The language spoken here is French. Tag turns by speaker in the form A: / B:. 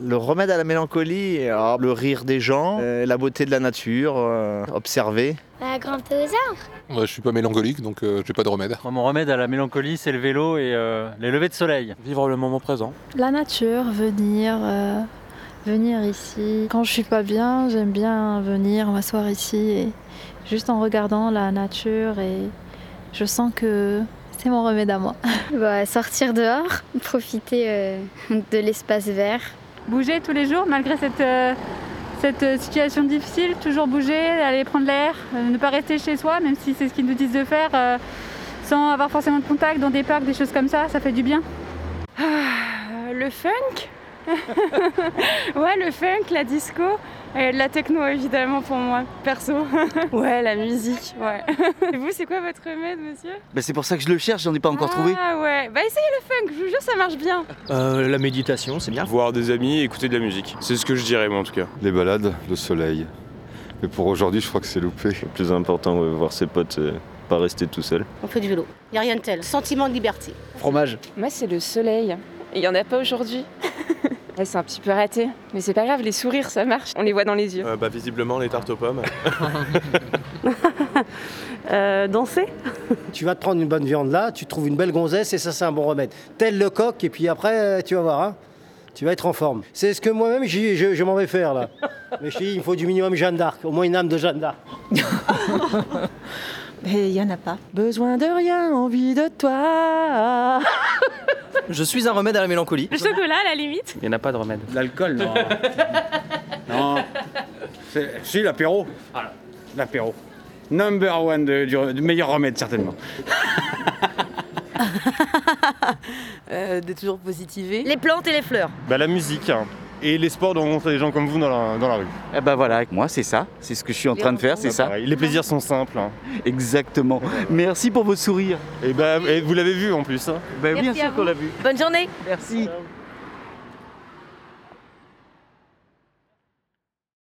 A: Le remède à la mélancolie, alors, le rire des gens, euh, la beauté de la nature, euh, observer.
B: Un grand dinosaure
C: Moi, je suis pas mélancolique, donc euh, j'ai pas de remède.
D: Moi, mon remède à la mélancolie, c'est le vélo et euh, les levées de soleil.
E: Vivre le moment présent.
F: La nature, venir, euh, venir ici. Quand je suis pas bien, j'aime bien venir m'asseoir ici et juste en regardant la nature et je sens que c'est mon remède à moi.
B: bah, Sortir dehors, profiter euh, de l'espace vert.
G: Bouger tous les jours malgré cette, euh, cette euh, situation difficile, toujours bouger, aller prendre l'air, euh, ne pas rester chez soi, même si c'est ce qu'ils nous disent de faire, euh, sans avoir forcément de contact dans des parcs, des choses comme ça, ça fait du bien.
H: Ah, Le funk Ouais, le funk, la disco et de la techno évidemment pour moi, perso. ouais, la musique, ouais. Et vous, c'est quoi votre remède, monsieur
I: Bah, c'est pour ça que je le cherche, j'en ai pas encore trouvé.
H: Ah ouais, bah essayez le funk, je vous jure, ça marche bien.
J: Euh, la méditation, c'est bien.
K: Voir des amis et écouter de la musique. C'est ce que je dirais, moi, en tout cas.
L: Les balades, le soleil. Mais pour aujourd'hui, je crois que c'est loupé.
M: Le plus important, ouais, voir ses potes, euh, pas rester tout seul.
N: On fait du vélo. Il n'y a rien de tel. Sentiment de liberté.
O: Fromage.
H: Moi, c'est le soleil. Il y en a pas aujourd'hui. Ouais, c'est un petit peu raté, mais c'est pas grave, les sourires, ça marche. On les voit dans les yeux.
K: bah, visiblement, les tartes aux pommes.
P: danser
Q: Tu vas te prendre une bonne viande là, tu trouves une belle gonzesse et ça c'est un bon remède. Tel le coq et puis après euh, tu vas voir, hein, tu vas être en forme. C'est ce que moi-même j'y- je, je m'en vais faire là. Mais je te dis, il me faut du minimum Jeanne d'Arc, au moins une âme de Jeanne d'Arc.
R: Mais il n'y en a pas.
O: Besoin de rien, envie de toi.
J: Je suis un remède à la mélancolie.
H: Le chocolat, à la limite.
S: Il n'y en a pas de remède.
T: L'alcool, non. non. C'est- Si, l'apéro. L'apéro. Number one de- du, du meilleur remède, certainement.
D: de toujours positiver.
N: Les plantes et les fleurs.
F: Bah, la musique hein. et les sports de rencontrer des gens comme vous dans la, dans la rue.
I: Eh bah voilà, moi c'est ça, c'est ce que je suis en train de faire, Bah, c'est ça.
F: Les plaisirs sont simples. hein.
I: Exactement. Merci pour vos sourires.
F: Et bah, et vous l'avez vu en plus. hein.
I: Bah, bien sûr qu'on l'a vu.
N: Bonne journée.
I: Merci.